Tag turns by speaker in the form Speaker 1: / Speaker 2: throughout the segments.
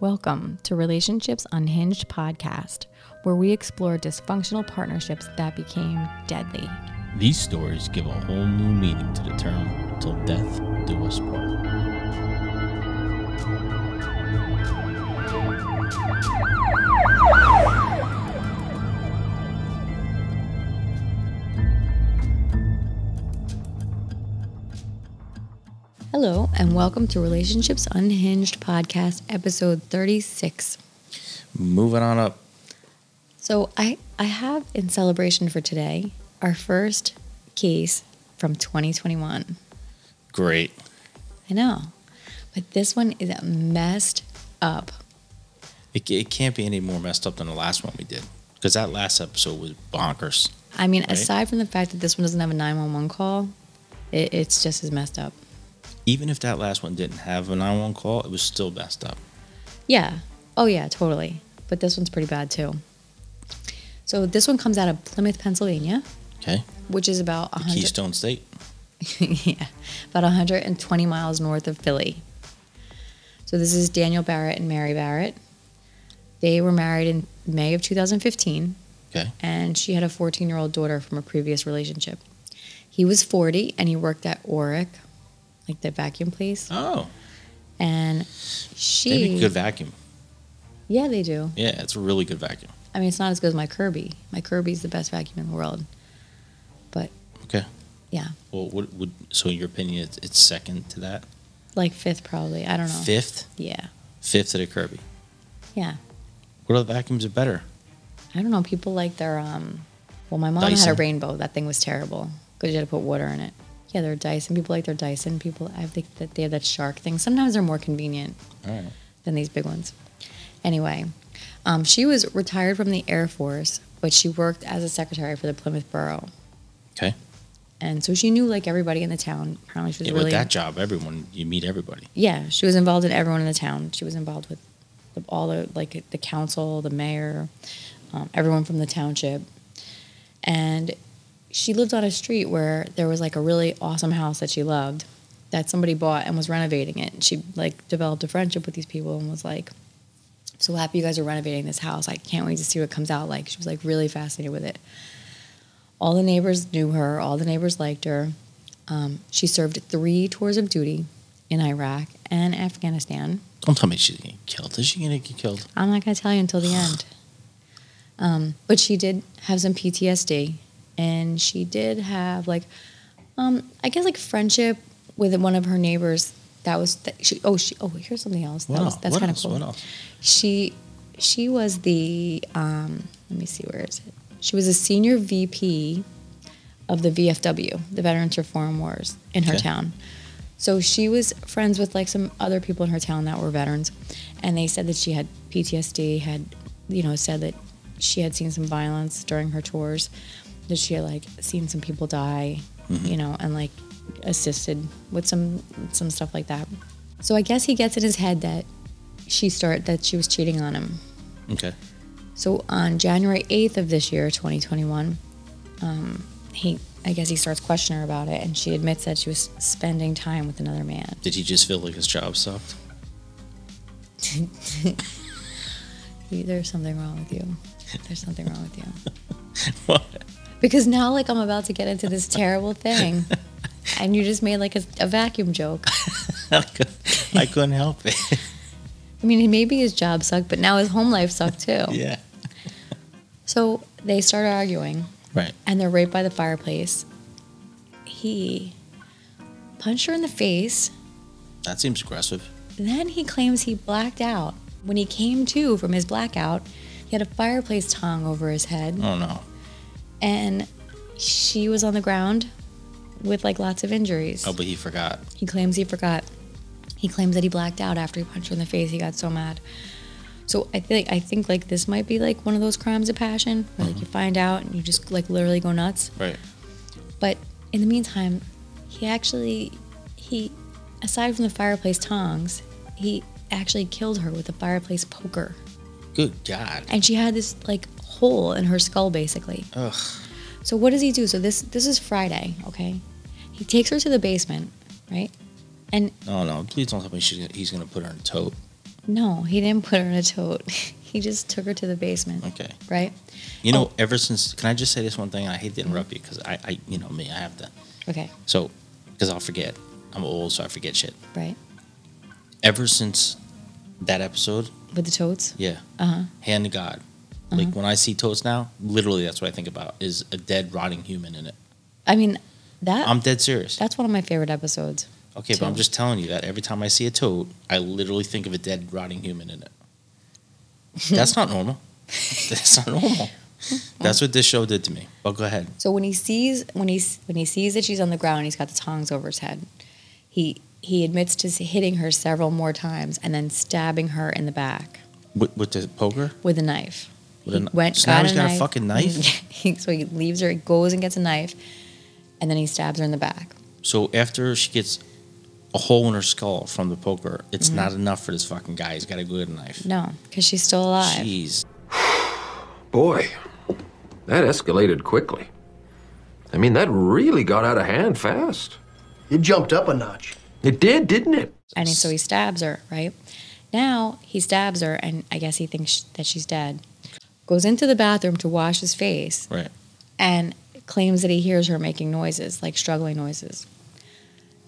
Speaker 1: Welcome to Relationships Unhinged podcast, where we explore dysfunctional partnerships that became deadly.
Speaker 2: These stories give a whole new meaning to the term till death do us part.
Speaker 1: Hello, and welcome to Relationships Unhinged podcast, episode 36.
Speaker 2: Moving on up.
Speaker 1: So, I, I have in celebration for today our first case from 2021.
Speaker 2: Great.
Speaker 1: I know, but this one is messed up.
Speaker 2: It, it can't be any more messed up than the last one we did because that last episode was bonkers.
Speaker 1: I mean,
Speaker 2: Right.
Speaker 1: aside from the fact that this one doesn't have a 911 call, it, it's just as messed up.
Speaker 2: Even if that last one didn't have a 911 call, it was still messed up.
Speaker 1: Yeah. Oh, yeah, totally. But this one's pretty bad too. So this one comes out of Plymouth, Pennsylvania,
Speaker 2: Okay.
Speaker 1: which is about 100,
Speaker 2: Keystone State.
Speaker 1: yeah, about 120 miles north of Philly. So this is Daniel Barrett and Mary Barrett. They were married in May of 2015,
Speaker 2: Okay.
Speaker 1: and she had a 14 year old daughter from a previous relationship. He was 40 and he worked at Oric, like the vacuum place.
Speaker 2: Oh,
Speaker 1: And
Speaker 2: they make
Speaker 1: she,
Speaker 2: a good vacuum.
Speaker 1: yeah, they do.
Speaker 2: Yeah, it's a really good vacuum.
Speaker 1: I mean, it's not as good as my Kirby. My Kirby's the best vacuum in the world. But
Speaker 2: Okay.
Speaker 1: yeah,
Speaker 2: Well, what would so in your opinion it's, it's second to that?
Speaker 1: like fifth probably. I don't know.
Speaker 2: Fifth,
Speaker 1: Yeah.
Speaker 2: fifth to the Kirby.
Speaker 1: Yeah.
Speaker 2: What other vacuums are better?
Speaker 1: I don't know. People like their um well my mom had
Speaker 2: Dyson.
Speaker 1: a rainbow. That thing was terrible. Because you had to put water in it. Yeah, they're Dyson. People like their Dyson. People I think that they have that shark thing. Sometimes they're more convenient
Speaker 2: All right.
Speaker 1: than these big ones. Anyway, um, she was retired from the Air Force, but she worked as a secretary for the Plymouth Borough.
Speaker 2: Okay.
Speaker 1: And so she knew like everybody in the town. Apparently she was
Speaker 2: Yeah,
Speaker 1: really
Speaker 2: with that job, everyone you meet everybody.
Speaker 1: yeah, she was involved in everyone in the town. She was involved with the, all the like the council, the mayor, um, everyone from the township, and she lived on a street where there was like a really awesome house that she loved that somebody bought and was renovating it. She like developed a friendship with these people and was like, "So happy you guys are renovating this house! I can't wait to see what comes out like." She was like really fascinated with it. All the neighbors knew her. All the neighbors liked her. Um, she served three tours of duty in Iraq and Afghanistan.
Speaker 2: Don't tell me she's gonna get killed. Is she gonna get killed?
Speaker 1: I'm not going to tell you until the end. Um, but she did have some PTSD, and she did have like, um, I guess like friendship with one of her neighbors. That was that she. Oh, she. Oh, here's something else.
Speaker 2: What
Speaker 1: that
Speaker 2: else?
Speaker 1: was, that's
Speaker 2: What
Speaker 1: kind of
Speaker 2: else?
Speaker 1: cool.
Speaker 2: What else?
Speaker 1: She, she was the. Um, let me see. Where is it? She was a senior VP of the VFW, the Veterans Reform Wars, in her
Speaker 2: Okay.
Speaker 1: town. So she was friends with like some other people in her town that were veterans, and they said that she had PTSD, had you know said that she had seen some violence during her tours, that she had like seen some people die, you know, and like assisted with some some stuff like that. So I guess he gets in his head that she start that she was cheating on him.
Speaker 2: Okay.
Speaker 1: So on January 8th of this year, 2021, um, he I guess he starts questioning her about it, and she admits that she was spending time with another man.
Speaker 2: Did he just feel like his job sucked?
Speaker 1: There's something wrong with you. There's something wrong with you.
Speaker 2: What?
Speaker 1: Because now, like, I'm about to get into this terrible thing, and you just made like a, a vacuum joke.
Speaker 2: I cou- I couldn't help it.
Speaker 1: I mean, maybe his job sucked, but now his home life sucked too.
Speaker 2: yeah.
Speaker 1: So they start arguing.
Speaker 2: Right.
Speaker 1: and they're right by the fireplace. He punched her in the face.
Speaker 2: That seems aggressive.
Speaker 1: Then he claims he blacked out. When he came to from his blackout, he had a fireplace tongue over his head,
Speaker 2: Oh no.
Speaker 1: and she was on the ground with like lots of injuries.
Speaker 2: Oh, but he forgot.
Speaker 1: He claims he forgot. He claims that he blacked out after he punched her in the face. He got so mad. So I think I think like this might be like one of those crimes of passion where like you find out and you just like literally go nuts.
Speaker 2: Right.
Speaker 1: But in the meantime, he actually he aside from the fireplace tongs, he actually killed her with a fireplace poker.
Speaker 2: Good God.
Speaker 1: And she had this like hole in her skull basically.
Speaker 2: Ugh.
Speaker 1: So what does he do? So this this is Friday, okay? He takes her to the basement, right? And
Speaker 2: Oh no. Please don't tell me she's gonna, he's gonna put her in a tote.
Speaker 1: No, he didn't put her in a tote. he just took her to the basement,
Speaker 2: Okay.
Speaker 1: right?
Speaker 2: You know,
Speaker 1: Oh.
Speaker 2: ever since, can I just say this one thing? I hate to interrupt you because I, I, you know me, I have to.
Speaker 1: Okay,
Speaker 2: So, because I'll forget. I'm old, so I forget shit.
Speaker 1: right.
Speaker 2: Ever since that episode,
Speaker 1: With the totes.
Speaker 2: yeah,
Speaker 1: Uh huh.
Speaker 2: hand to God.
Speaker 1: Uh-huh.
Speaker 2: Like when I see totes now, literally that's what I think about is a dead, rotting human in it.
Speaker 1: I mean, that
Speaker 2: I'm dead serious.
Speaker 1: that's one of my favorite episodes.
Speaker 2: Okay, but I'm
Speaker 1: too.
Speaker 2: just telling you that every time I see a toad, I literally think of a dead, rotting human in it. That's not normal. That's not normal. That's what this show did to me. But go ahead.
Speaker 1: So when he sees when he when he sees that she's on the ground, and he's got the tongs over his head. He he admits to hitting her several more times and then stabbing her in the back
Speaker 2: With, with the poker?
Speaker 1: with a knife.
Speaker 2: With a
Speaker 1: he
Speaker 2: kn- so now he's got a fucking knife?
Speaker 1: He- so he leaves her, he goes and gets a knife, and then he stabs her in the back.
Speaker 2: So after she gets a hole in her skull from the poker, it's
Speaker 1: Mm-hmm.
Speaker 2: not enough for this fucking guy. He's got to go get a knife.
Speaker 1: No, because she's still alive.
Speaker 2: Jeez.
Speaker 3: Boy, that escalated quickly. I mean, that really got out of hand fast.
Speaker 4: It jumped up a notch.
Speaker 3: It did, didn't it?
Speaker 1: and he- so he stabs her right now he stabs her and i guess he thinks sh- that she's dead goes into the bathroom to wash his face
Speaker 2: Right.
Speaker 1: and claims that he hears her making noises like struggling noises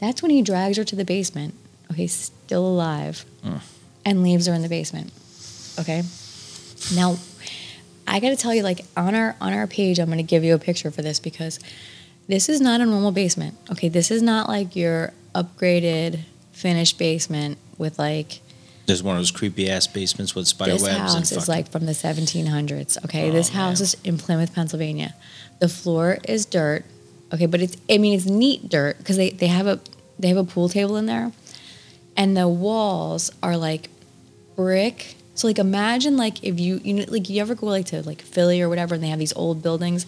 Speaker 1: that's when he drags her to the basement okay still alive and leaves her in the basement okay now i gotta tell you like on our on our page i'm gonna give you a picture for this because this is not a normal basement okay this is not like your upgraded finished basement with like
Speaker 2: There's one of those creepy ass basements with spider
Speaker 1: this
Speaker 2: webs and
Speaker 1: house
Speaker 2: fucking. Oh,
Speaker 1: is like from the 1700s. Okay, this house is in Plymouth, Pennsylvania. The floor is dirt. Okay, but it's I mean it's neat dirt because they, they have a they have a pool table in there, and the walls are like brick. So like imagine like if you you know, like you ever go like to like Philly or whatever and they have these old buildings,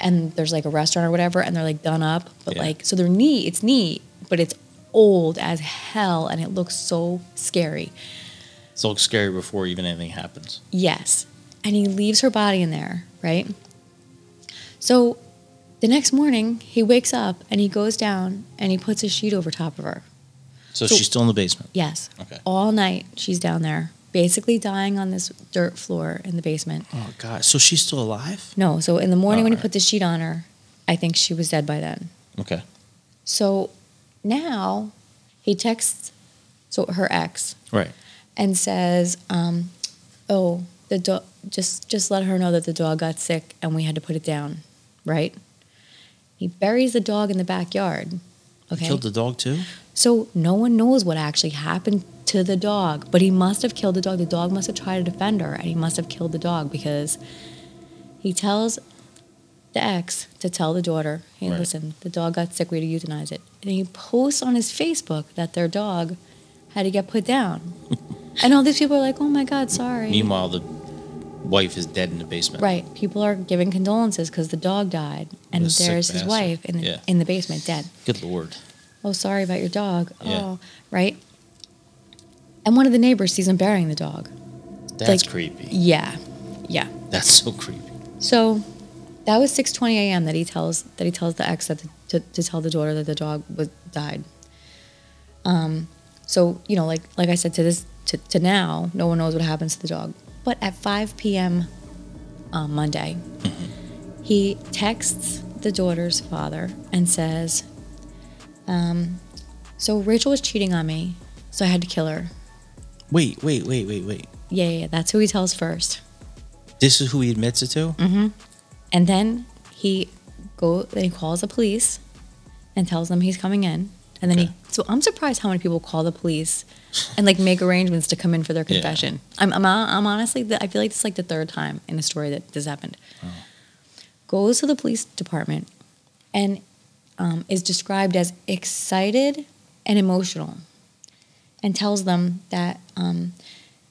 Speaker 1: and there's like a restaurant or whatever and they're like done up but
Speaker 2: Yeah.
Speaker 1: like so they're neat it's neat but it's old as hell and it looks so scary.
Speaker 2: it looks scary before even anything happens.
Speaker 1: Yes. And he leaves her body in there, right? So the next morning, he wakes up and he goes down and he puts a sheet over top of her.
Speaker 2: So,
Speaker 1: So-
Speaker 2: she's still in the basement.
Speaker 1: Yes.
Speaker 2: Okay.
Speaker 1: All night, she's down there, basically dying on this dirt floor in the basement.
Speaker 2: Oh, God. So she's still alive?
Speaker 1: No, so in the morning when he
Speaker 2: Alright.
Speaker 1: put the sheet on her, I think she was dead by then.
Speaker 2: Okay.
Speaker 1: So now he texts so her ex
Speaker 2: Right.
Speaker 1: and says, um, "Oh, the dog just just let her know that the dog got sick and we had to put it down, right?" He buries the dog in the backyard.
Speaker 2: He
Speaker 1: Okay,
Speaker 2: Killed the dog too?
Speaker 1: so no one knows what actually happened to the dog, but he must have killed the dog. The dog must have tried to defend her, and he must have killed the dog because he tells the ex to tell the daughter, "Hey,
Speaker 2: Right.
Speaker 1: listen, the dog got sick. We had to euthanize it." And he posts on his Facebook that their dog had to get put down, and all these people are like, "Oh my God, sorry."
Speaker 2: Meanwhile, the wife is dead in the basement.
Speaker 1: Right. People are giving condolences because the dog died, and
Speaker 2: What a sick
Speaker 1: there's his
Speaker 2: bastard.
Speaker 1: wife in the,
Speaker 2: Yeah.
Speaker 1: in the basement dead.
Speaker 2: Good lord.
Speaker 1: Oh, sorry about your dog.
Speaker 2: Yeah.
Speaker 1: Oh, right. And one of the neighbors sees him burying the dog.
Speaker 2: That's
Speaker 1: Like-
Speaker 2: creepy.
Speaker 1: Yeah, yeah.
Speaker 2: That's so creepy.
Speaker 1: So that was 6:20 a.m. that he tells that he tells the ex that to, to tell the daughter that the dog was died. Um, so you know, like like I said, to this to, to now, no one knows what happens to the dog. But at 5 p.m. on um, Monday, he texts the daughter's father and says, um, "So Rachel was cheating on me, so I had to kill her."
Speaker 2: Wait, wait, wait, wait, wait.
Speaker 1: Yeah, yeah, yeah. that's who he tells first.
Speaker 2: This is who he admits it to?
Speaker 1: Mm. And then he go then he calls the police and tells them he's coming in. And then
Speaker 2: Okay.
Speaker 1: he so I'm surprised how many people call the police and like make arrangements to come in for their
Speaker 2: Yeah.
Speaker 1: confession. I'm, I'm I'm honestly I feel like this is like the third time in a story that this happened.
Speaker 2: Oh.
Speaker 1: Goes to the police department and um, is described as excited and emotional, and tells them that um,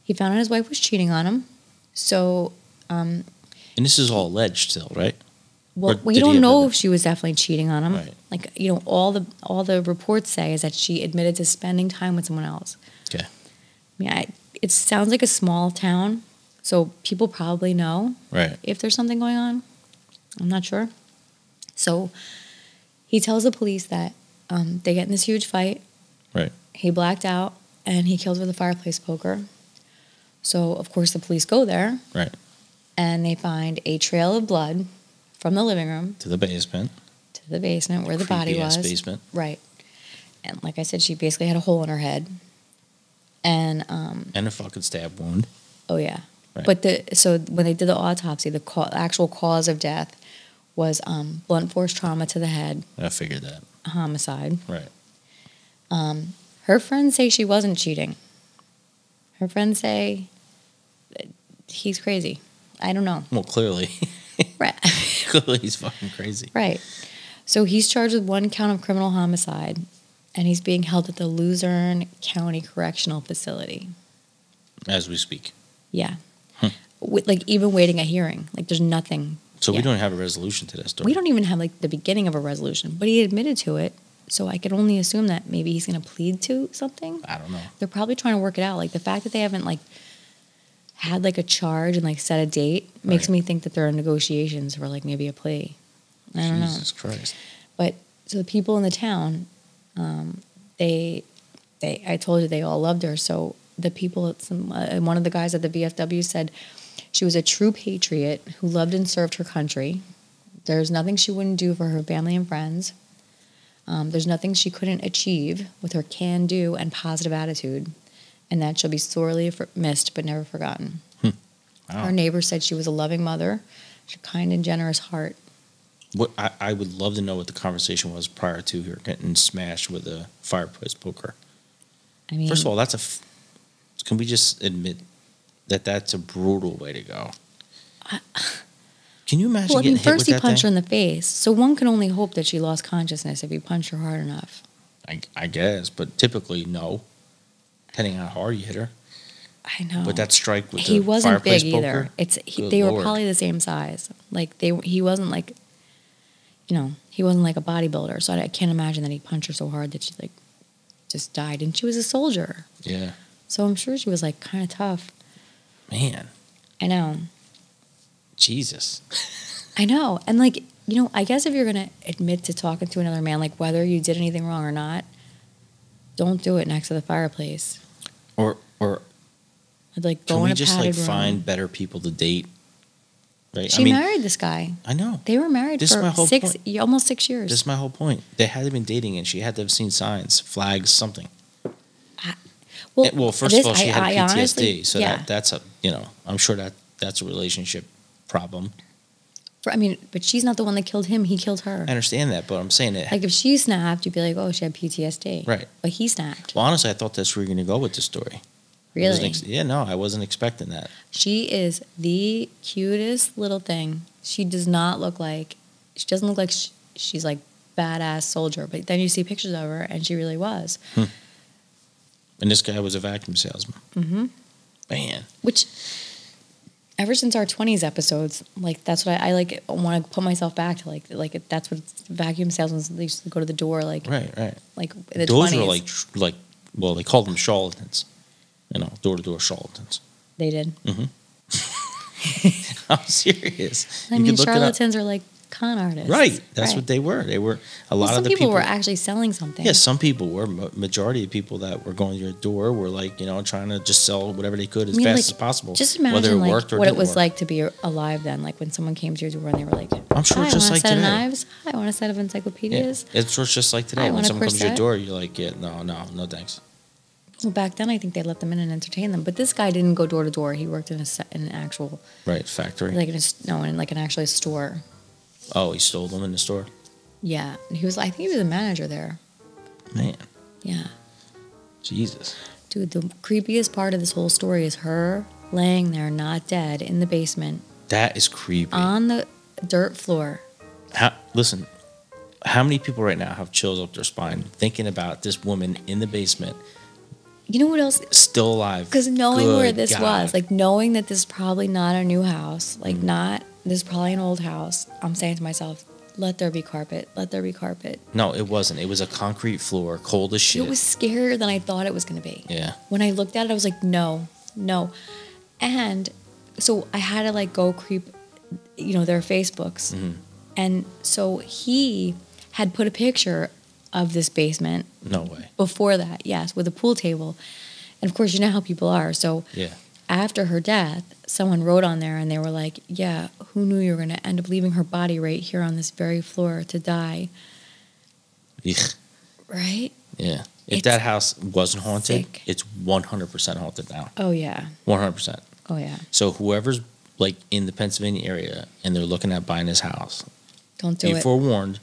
Speaker 1: he found out his wife was cheating on him. So
Speaker 2: And this is all alleged still, right? Or
Speaker 1: Well, we
Speaker 2: did he
Speaker 1: don't know
Speaker 2: admit
Speaker 1: if she was definitely cheating on him.
Speaker 2: Right.
Speaker 1: Like you know, all the all the reports say is that she admitted to spending time with someone else.
Speaker 2: Okay.
Speaker 1: I mean, I, it sounds like a small town, so people probably know
Speaker 2: Right.
Speaker 1: if there's something going on. I'm not sure. So he tells the police that um, they get in this huge fight.
Speaker 2: Right.
Speaker 1: He blacked out, and he killed with a fireplace poker. So, of course, the police go there
Speaker 2: Right.
Speaker 1: and they find a trail of blood from the living room
Speaker 2: To the basement.
Speaker 1: to the basement where the body
Speaker 2: Creepy-ass
Speaker 1: was.
Speaker 2: basement.
Speaker 1: Right. And like I said, she basically had a hole in her head. And um,
Speaker 2: And a fucking stab wound.
Speaker 1: oh yeah.
Speaker 2: Right.
Speaker 1: But the so when they did the autopsy, the ca- actual cause of death was um, blunt force trauma to the head,
Speaker 2: I figured that.
Speaker 1: homicide. Um,
Speaker 2: Right.
Speaker 1: Her friends say she wasn't cheating. Her friends say that he's crazy. I don't know.
Speaker 2: Well, clearly.
Speaker 1: Right.
Speaker 2: clearly he's fucking crazy.
Speaker 1: right. So he's charged with one count of criminal homicide and he's being held at the Luzerne County Correctional Facility.
Speaker 2: As we speak.
Speaker 1: Yeah. With, like even waiting a hearing, like there's nothing.
Speaker 2: So
Speaker 1: Yeah.
Speaker 2: we don't have a resolution to this story.
Speaker 1: We don't even have like the beginning of a resolution, but he admitted to it. So I could only assume that maybe he's going to plead to something.
Speaker 2: I don't know.
Speaker 1: They're probably trying to work it out. Like the fact that they haven't like had like a charge and like set a date makes
Speaker 2: Right.
Speaker 1: me think that there are negotiations for like maybe a plea. I don't know.
Speaker 2: Jesus Christ.
Speaker 1: But so the people in the town, um, they, they, I told you they all loved her. So the people, at some, uh, one of the guys at the VFW said she was a true patriot who loved and served her country. There's nothing she wouldn't do for her family and friends. Um, there's nothing she couldn't achieve with her can do and positive attitude, and that she'll be sorely for- missed but never forgotten.
Speaker 2: Hmm. Wow.
Speaker 1: Her neighbor said she was a loving mother, she had a kind and generous heart.
Speaker 2: What I, I would love to know what the conversation was prior to her getting smashed with a fireplace poker.
Speaker 1: I mean,
Speaker 2: First of all, that's a. F- can we just admit that that's a brutal way to go? Can you imagine
Speaker 1: Well, I
Speaker 2: getting
Speaker 1: mean, first
Speaker 2: hit
Speaker 1: he
Speaker 2: with that
Speaker 1: punched her
Speaker 2: thing?
Speaker 1: in the face, so one can only hope that she lost consciousness if he punched her hard enough.
Speaker 2: I, I guess, but typically no. Depending on how hard you hit her,
Speaker 1: I know,
Speaker 2: but that strike with
Speaker 1: he
Speaker 2: the
Speaker 1: wasn't
Speaker 2: fireplace
Speaker 1: big
Speaker 2: poker,
Speaker 1: either. It's he,
Speaker 2: Good
Speaker 1: they were
Speaker 2: Lord.
Speaker 1: probably the same size. Like they, he wasn't like, you know, he wasn't like a bodybuilder. So I, I can't imagine that he punched her so hard that she like just died. And she was a soldier,
Speaker 2: Yeah,
Speaker 1: so I'm sure she was like kind of tough.
Speaker 2: man,
Speaker 1: I know,
Speaker 2: Jesus,
Speaker 1: I know, and like you know, I guess if you're gonna admit to talking to another man, like whether you did anything wrong or not, don't do it next to the fireplace.
Speaker 2: or or
Speaker 1: I'd like go
Speaker 2: can
Speaker 1: in
Speaker 2: we
Speaker 1: a
Speaker 2: just like
Speaker 1: padded room.
Speaker 2: find better people to date? Right,
Speaker 1: She
Speaker 2: I mean,
Speaker 1: married this guy.
Speaker 2: I know.
Speaker 1: They were married
Speaker 2: This is
Speaker 1: for
Speaker 2: my whole
Speaker 1: six,
Speaker 2: point.
Speaker 1: y- almost six years.
Speaker 2: That's my whole point. They had to have been dating, and she had to have seen signs, flags, something. Eh, Well, first
Speaker 1: this-
Speaker 2: of all, she
Speaker 1: I-
Speaker 2: had
Speaker 1: I
Speaker 2: PTSD,
Speaker 1: honestly-
Speaker 2: so
Speaker 1: yeah.
Speaker 2: that that's a you know I'm sure that that's a relationship problem.
Speaker 1: For- I mean, but she's not the one that killed him. He killed her.
Speaker 2: I understand that, but I'm saying it.
Speaker 1: Like if she snapped, you'd be like, oh, she had PTSD.
Speaker 2: Right.
Speaker 1: But he snapped.
Speaker 2: well, honestly, I thought that's where you're going to go with the story. I wasn't
Speaker 1: really.
Speaker 2: ex- yeah, no, I wasn't expecting that.
Speaker 1: she is the cutest little thing. She does not look like. She doesn't look like sh she's like badass soldier. But then you see pictures of her, and she really was.
Speaker 2: And this guy was a vacuum salesman. Mm-hmm. Man,
Speaker 1: which ever since our 20s episodes like that's what i, I like want to put myself back to like like that's what vacuum salesmen they used to go to the door like
Speaker 2: right, right.
Speaker 1: like in the
Speaker 2: Those
Speaker 1: 20s
Speaker 2: were like tr- like well, they called them charlatans. You know, door to door charlatans.
Speaker 1: they did
Speaker 2: I'm serious.
Speaker 1: i
Speaker 2: You
Speaker 1: mean
Speaker 2: could look it up.
Speaker 1: charlatans are like con artists
Speaker 2: Right, that's what they were. They were a lot
Speaker 1: well, some
Speaker 2: of the
Speaker 1: people,
Speaker 2: people
Speaker 1: were actually selling something
Speaker 2: Yeah, some people were. ma- Majority of people that were going to your door were like, you know, trying to just sell whatever they could as
Speaker 1: I mean,
Speaker 2: fast
Speaker 1: like,
Speaker 2: as possible.
Speaker 1: just imagine
Speaker 2: whether it
Speaker 1: like,
Speaker 2: worked or
Speaker 1: what it
Speaker 2: didn't
Speaker 1: was
Speaker 2: work.
Speaker 1: like to be alive then like when someone came to your door and they were like
Speaker 2: I'm sure
Speaker 1: "Hi,
Speaker 2: it's just
Speaker 1: I want
Speaker 2: like
Speaker 1: a set of
Speaker 2: today.
Speaker 1: knives Hi, i want a set of
Speaker 2: Yeah.
Speaker 1: encyclopedias
Speaker 2: It's just just like
Speaker 1: I
Speaker 2: today. When
Speaker 1: want a
Speaker 2: someone comes to your
Speaker 1: corset.
Speaker 2: door, you're like, yeah, no, no, no, thanks.
Speaker 1: well back then i think they let them in and entertain them but this guy didn't go door to door he worked in a se- in an actual
Speaker 2: Right, factory.
Speaker 1: like in a, s- no in like an actually store
Speaker 2: oh, he stole them in the store.
Speaker 1: yeah And he was i think he was a manager there
Speaker 2: Man,
Speaker 1: yeah
Speaker 2: Jesus.
Speaker 1: dude the creepiest part of this whole story is her laying there not dead in the basement
Speaker 2: That is creepy.
Speaker 1: on the dirt floor
Speaker 2: how, listen, how many people right now have chills up their spine thinking about this woman in the basement,
Speaker 1: you know what else
Speaker 2: still alive?
Speaker 1: because knowing where
Speaker 2: Good
Speaker 1: this
Speaker 2: God. Mm.
Speaker 1: was like knowing that this is probably not a new house like not this is probably an old house i'm saying to myself let there be carpet let there be carpet
Speaker 2: no, it wasn't. It was a concrete floor, cold as shit.
Speaker 1: it was scarier than i thought it was going to be
Speaker 2: yeah.
Speaker 1: when I looked at it, I was like, no, no. And so I had to like go creep, you know, their Facebooks. And so he had put a picture of this basement
Speaker 2: No way.
Speaker 1: before that, yes, with a pool table. And of course, you know how people are. So
Speaker 2: Yeah.
Speaker 1: after her death, someone wrote on there and they were like, Yeah, who knew you were going to end up leaving her body right here on this very floor to die?
Speaker 2: Eek.
Speaker 1: Right?
Speaker 2: Yeah. If
Speaker 1: It's
Speaker 2: that house wasn't haunted,
Speaker 1: sick.
Speaker 2: it's 100% haunted now.
Speaker 1: Oh, yeah.
Speaker 2: 100%.
Speaker 1: Oh, yeah.
Speaker 2: So whoever's like in the Pennsylvania area and they're looking at buying his house,
Speaker 1: Don't do
Speaker 2: be
Speaker 1: it.
Speaker 2: forewarned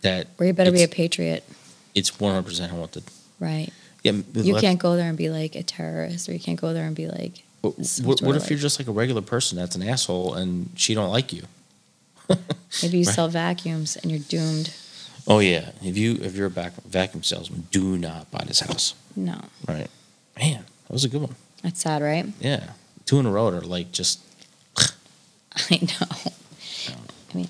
Speaker 2: that
Speaker 1: Or you better be a
Speaker 2: it's,
Speaker 1: patriot.
Speaker 2: it's 100% haunted.
Speaker 1: Right.
Speaker 2: Yeah,
Speaker 1: You can't go there and be like a terrorist, or you can't go there and be like,
Speaker 2: What,
Speaker 1: some
Speaker 2: what,
Speaker 1: sort
Speaker 2: what
Speaker 1: of,
Speaker 2: if you're
Speaker 1: like-
Speaker 2: just like a regular person that's an asshole and she don't like you?
Speaker 1: maybe you sell vacuums and you're doomed.
Speaker 2: Oh yeah, if you if you're a back, vacuum salesman, do not buy this house.
Speaker 1: No,
Speaker 2: Right, man, that was a good one.
Speaker 1: that's sad, right?
Speaker 2: Yeah, two in a row are like just
Speaker 1: I know. I mean,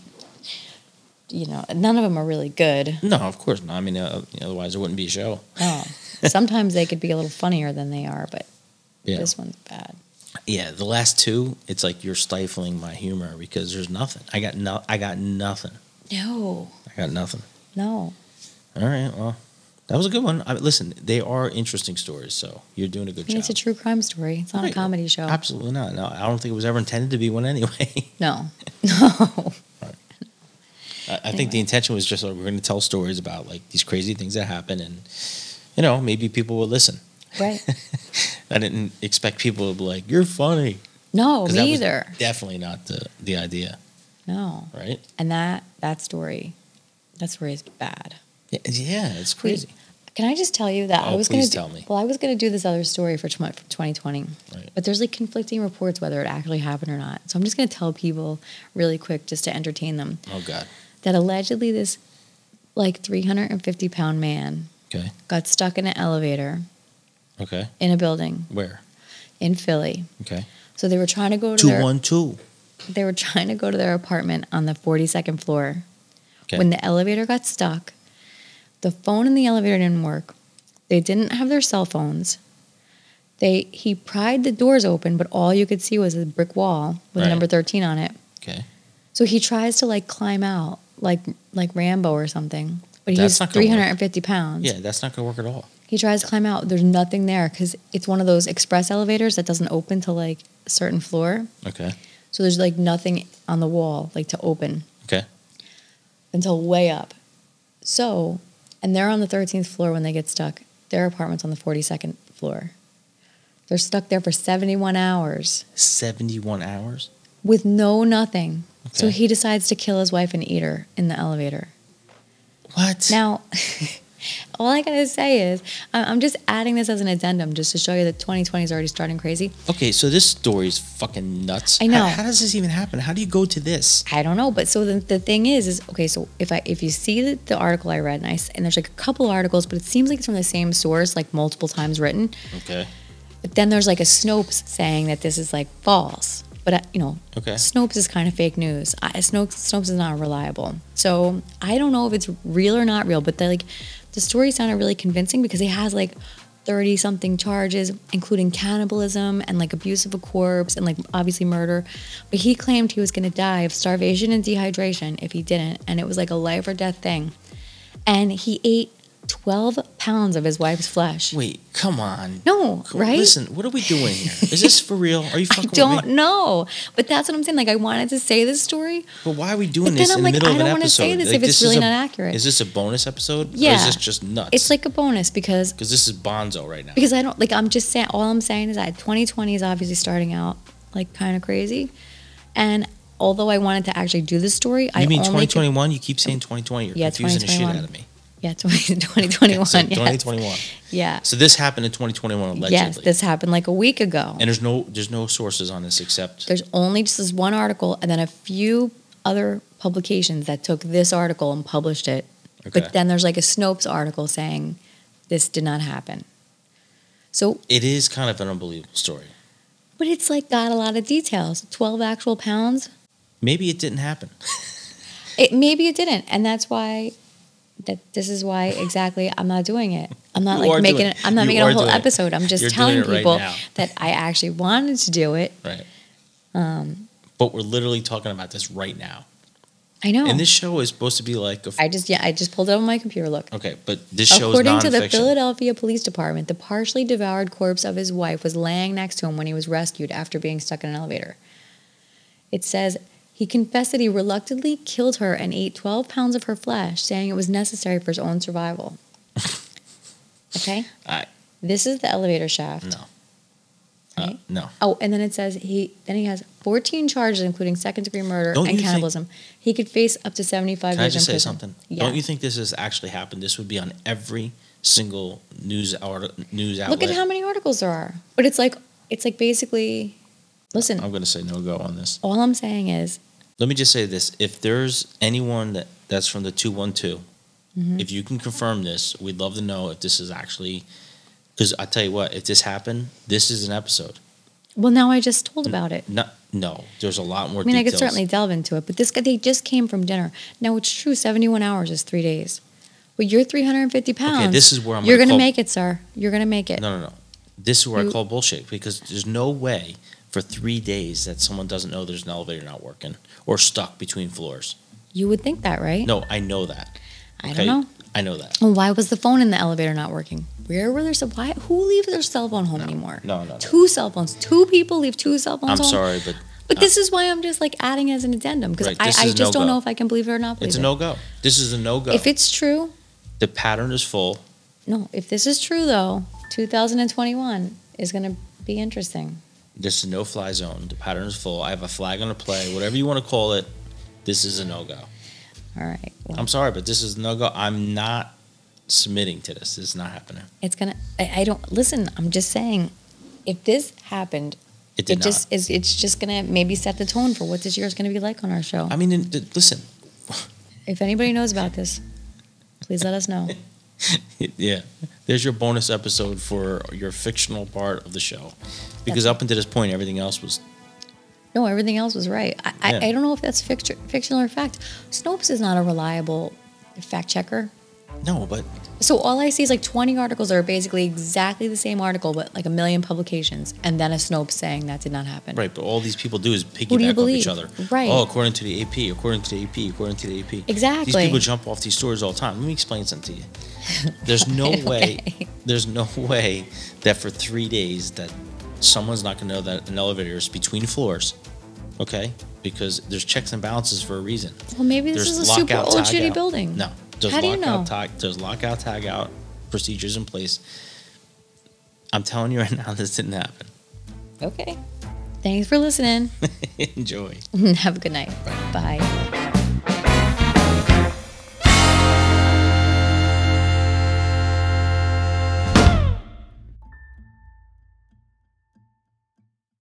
Speaker 1: you know, none of them are really good.
Speaker 2: no. Of course not. I mean, uh, otherwise it wouldn't be a show.
Speaker 1: No. Sometimes they could be a little funnier than they are, but
Speaker 2: Yeah,
Speaker 1: this one's bad.
Speaker 2: yeah. The last two, it's like you're stifling my humor because there's nothing. I got no. I got nothing.
Speaker 1: No,
Speaker 2: I got nothing.
Speaker 1: no.
Speaker 2: All right. Well, that was a good one. I, listen, they are interesting stories, so you're doing a good
Speaker 1: I mean,
Speaker 2: job.
Speaker 1: it's a true crime story. It's not
Speaker 2: Right.
Speaker 1: a comedy show.
Speaker 2: Absolutely not. No, I don't think it was ever intended to be one anyway.
Speaker 1: No, no.
Speaker 2: I, I think the intention was just like, we're going to tell stories about like these crazy things that happen, and you know maybe people will listen.
Speaker 1: Right.
Speaker 2: I didn't expect people to be like, "You're funny."
Speaker 1: No,
Speaker 2: 'Cause that
Speaker 1: Oh, me
Speaker 2: was
Speaker 1: either.
Speaker 2: Definitely not the the idea,
Speaker 1: No.
Speaker 2: right?
Speaker 1: And that that story, that story is bad.
Speaker 2: Yeah, yeah it's
Speaker 1: Wait,
Speaker 2: crazy.
Speaker 1: Can I just tell you that I
Speaker 2: Oh,
Speaker 1: was going
Speaker 2: please
Speaker 1: to
Speaker 2: tell me.
Speaker 1: Well, I was going to do this other story for twen- for 2020,
Speaker 2: Right.
Speaker 1: but there's like conflicting reports whether it actually happened or not. So I'm just going to tell people really quick, just to entertain them,
Speaker 2: Oh God.
Speaker 1: that allegedly this like 350 pound man
Speaker 2: Okay.
Speaker 1: got stuck in an elevator
Speaker 2: Okay.
Speaker 1: in a building
Speaker 2: Where?
Speaker 1: in Philly.
Speaker 2: Okay.
Speaker 1: So they were trying to go to
Speaker 2: Two
Speaker 1: their
Speaker 2: one two.
Speaker 1: they were trying to go to their apartment on the 42nd floor.
Speaker 2: Okay.
Speaker 1: When the elevator got stuck, the phone in the elevator didn't work. They didn't have their cell phones. They he pried the doors open, but all you could see was a brick wall with the
Speaker 2: Right.
Speaker 1: number 13 on it.
Speaker 2: okay.
Speaker 1: So he tries to like climb out like like Rambo or something. But
Speaker 2: That's
Speaker 1: he's
Speaker 2: not gonna work.
Speaker 1: 350 pounds.
Speaker 2: Yeah, that's not going to work at all.
Speaker 1: He tries to climb out. There's nothing there because it's one of those express elevators that doesn't open to like a certain floor.
Speaker 2: Okay.
Speaker 1: So there's like nothing on the wall like to open
Speaker 2: Okay.
Speaker 1: until way up. So, and they're on the 13th floor when they get stuck. Their apartment's on the 42nd floor. They're stuck there for 71 hours
Speaker 2: Seventy one hours.
Speaker 1: with no nothing. So
Speaker 2: Okay.
Speaker 1: he decides to kill his wife and eat her in the elevator.
Speaker 2: What?
Speaker 1: Now, all I gotta say is, I- I'm just adding this as an addendum just to show you that 2020 is already starting crazy.
Speaker 2: Okay, so this story is fucking nuts.
Speaker 1: I know.
Speaker 2: How, how does this even happen? How do you go to this?
Speaker 1: I don't know, but so the, the thing is, is okay. So if I if you see the, the article I read, and I s and there's like a couple articles, but it seems like it's from the same source, like multiple times written.
Speaker 2: Okay.
Speaker 1: But then there's like a Snopes saying that this is like false. But uh, you know,
Speaker 2: Okay.
Speaker 1: Snopes is kind of fake news. I, Snopes Snopes is not reliable. So I don't know if it's real or not real. But they like the story sounded really convincing because he has like thirty something charges, including cannibalism and like abuse of a corpse and like obviously murder. But he claimed he was going to die of starvation and dehydration if he didn't, and it was like a life or death thing. And he ate twelve pounds of his wife's flesh.
Speaker 2: Wait, come on.
Speaker 1: No,
Speaker 2: Co-
Speaker 1: right?
Speaker 2: Listen, what are we doing here? Is this for real? Are you
Speaker 1: I
Speaker 2: fucking with
Speaker 1: don't
Speaker 2: me?
Speaker 1: know. But that's what I'm saying. Like, I wanted to say this story.
Speaker 2: But why are we
Speaker 1: But
Speaker 2: doing
Speaker 1: then
Speaker 2: this
Speaker 1: I'm
Speaker 2: in
Speaker 1: like,
Speaker 2: the middle
Speaker 1: I
Speaker 2: of an
Speaker 1: don't wanna
Speaker 2: episode?
Speaker 1: say this if it's
Speaker 2: this is
Speaker 1: really
Speaker 2: a-
Speaker 1: not accurate.
Speaker 2: Is this a bonus episode? Or is
Speaker 1: Yeah.
Speaker 2: this just nuts?
Speaker 1: It's like a bonus because
Speaker 2: because this is Bonzo right now.
Speaker 1: because I don't like. I'm just saying. All I'm saying is that 2020 is obviously starting out like kind of crazy, and although I wanted to actually do this story, I
Speaker 2: you mean
Speaker 1: only could-
Speaker 2: 2021? You keep saying 2020. You're
Speaker 1: Yeah,
Speaker 2: confusing the shit
Speaker 1: 2021.
Speaker 2: out of me.
Speaker 1: yeah, 20, 2021.
Speaker 2: Okay, so
Speaker 1: yes.
Speaker 2: 2021.
Speaker 1: Yeah.
Speaker 2: So this happened in 2021 allegedly.
Speaker 1: Yes, this happened like a week ago.
Speaker 2: and there's no there's no sources on this except
Speaker 1: There's only just this one article, and then a few other publications that took this article and published it
Speaker 2: okay.
Speaker 1: But then there's like a Snopes article saying this did not happen. So,
Speaker 2: it is kind of an unbelievable story.
Speaker 1: but it's like got a lot of details. 12 actual pounds.
Speaker 2: Maybe it didn't happen.
Speaker 1: It maybe it didn't, and that's why that this is why exactly I'm not doing it. I'm not
Speaker 2: You are
Speaker 1: like making
Speaker 2: doing
Speaker 1: it.
Speaker 2: it.
Speaker 1: I'm not
Speaker 2: You
Speaker 1: making
Speaker 2: are
Speaker 1: a whole
Speaker 2: doing it.
Speaker 1: episode. I'm just
Speaker 2: You're doing
Speaker 1: telling
Speaker 2: it right
Speaker 1: people
Speaker 2: now.
Speaker 1: that I actually wanted to do it.
Speaker 2: Right. Um, but we're literally talking about this right now.
Speaker 1: I know.
Speaker 2: And this show is supposed to be like a f-
Speaker 1: I just yeah, I just pulled it up on my computer. Look.
Speaker 2: okay, but this show is
Speaker 1: According to the
Speaker 2: nonfiction.
Speaker 1: Philadelphia Police Department, the partially devoured corpse of his wife was laying next to him when he was rescued after being stuck in an elevator. It says he confessed that he reluctantly killed her and ate 12 pounds of her flesh, saying it was necessary for his own survival. okay?
Speaker 2: I-
Speaker 1: This is the elevator shaft.
Speaker 2: No. Uh,
Speaker 1: Right?
Speaker 2: no,
Speaker 1: Oh, and then it says he then he has 14 charges, including second degree murder
Speaker 2: Don't
Speaker 1: and
Speaker 2: you think-
Speaker 1: cannibalism. he could face up to 75
Speaker 2: can I
Speaker 1: years
Speaker 2: just
Speaker 1: in
Speaker 2: say
Speaker 1: prison.
Speaker 2: something?
Speaker 1: Yeah.
Speaker 2: Don't you think this has actually happened? This would be on every single news out news outlet.
Speaker 1: Look at how many articles there are. But it's like it's like basically listen,
Speaker 2: I'm going to say no go on this.
Speaker 1: all I'm saying is
Speaker 2: Let me just say this: if there's anyone that that's from the two one two,
Speaker 1: Mm-hmm.
Speaker 2: if you can confirm this, we'd love to know if this is actually. Because I tell you what, if this happened, this is an episode.
Speaker 1: well now I just told about it.
Speaker 2: No, no, there's a lot more.
Speaker 1: I mean, I
Speaker 2: details.
Speaker 1: could certainly delve into it, but this guy they just came from dinner. Now it's true 71 hours is 3 days. But you're 350 pounds.
Speaker 2: this is where I'm
Speaker 1: You're
Speaker 2: gonna
Speaker 1: going to
Speaker 2: call-
Speaker 1: make it, sir. You're going to make it.
Speaker 2: No, no, no. This is where
Speaker 1: You-
Speaker 2: I call bullshit because there's no way for three days that someone doesn't know there's an elevator not working or stuck between floors.
Speaker 1: You would think that, right?
Speaker 2: No, I know that.
Speaker 1: I don't know.
Speaker 2: I know that.
Speaker 1: Well, why was the phone in the elevator not working? Where were their sub- why Who leaves their cell phone home anymore?
Speaker 2: no, no, no.
Speaker 1: Two cell phones. Two people leave two cell phones
Speaker 2: I'm
Speaker 1: home.
Speaker 2: sorry, but
Speaker 1: But this is why I'm just like adding as an addendum because
Speaker 2: Ah. Right,
Speaker 1: I,
Speaker 2: this
Speaker 1: I
Speaker 2: is
Speaker 1: just don't
Speaker 2: no-go.
Speaker 1: know if I can believe it or not. Believe
Speaker 2: it's a
Speaker 1: it.
Speaker 2: no go. This is a no go.
Speaker 1: If it's true,
Speaker 2: The pattern is full.
Speaker 1: no. If this is true though, 2021 is going to be interesting.
Speaker 2: This is no fly zone. The pattern is full. I have a flag on a play, whatever you want to call it. This is a no go.
Speaker 1: All right. Well,
Speaker 2: I'm sorry, but this is no go. I'm not submitting to this. This is not happening.
Speaker 1: it's gonna. I, I don't listen. I'm just saying, if this happened,
Speaker 2: It
Speaker 1: it
Speaker 2: did not.
Speaker 1: just is. It's just gonna maybe set the tone for what this year is gonna be like on our show.
Speaker 2: I mean, it- it- listen.
Speaker 1: if anybody knows about this, please let us know.
Speaker 2: Yeah. There's your bonus episode for your fictional part of the show. Because up until this point, everything else was.
Speaker 1: No, everything else was right. I,
Speaker 2: Yeah.
Speaker 1: I, I don't know if that's fict- fictional or fact. Snopes is not a reliable fact checker.
Speaker 2: No, but
Speaker 1: So all I see is like 20 articles that are basically exactly the same article, but like a million publications, and then a Snopes saying that did not happen.
Speaker 2: Right, but all these people do is piggyback
Speaker 1: Who do you
Speaker 2: off each
Speaker 1: believe?
Speaker 2: other.
Speaker 1: Right.
Speaker 2: Oh, according to the AP, according to the AP, according to the AP. These
Speaker 1: Exactly.
Speaker 2: people jump off these stories all the time. Let me explain something to you. There's no way. There's no way that for three days that someone's not going to know that an elevator is between floors. Okay, because there's checks and balances for a reason.
Speaker 1: Well, maybe this
Speaker 2: there's
Speaker 1: is a super old shitty
Speaker 2: out.
Speaker 1: building.
Speaker 2: No, there's
Speaker 1: How do you
Speaker 2: lockout
Speaker 1: know?
Speaker 2: tag. There's lockout tag out procedures in place. I'm telling you right now, this didn't happen.
Speaker 1: Okay. Thanks for listening.
Speaker 2: Enjoy.
Speaker 1: Have a good night. Bye.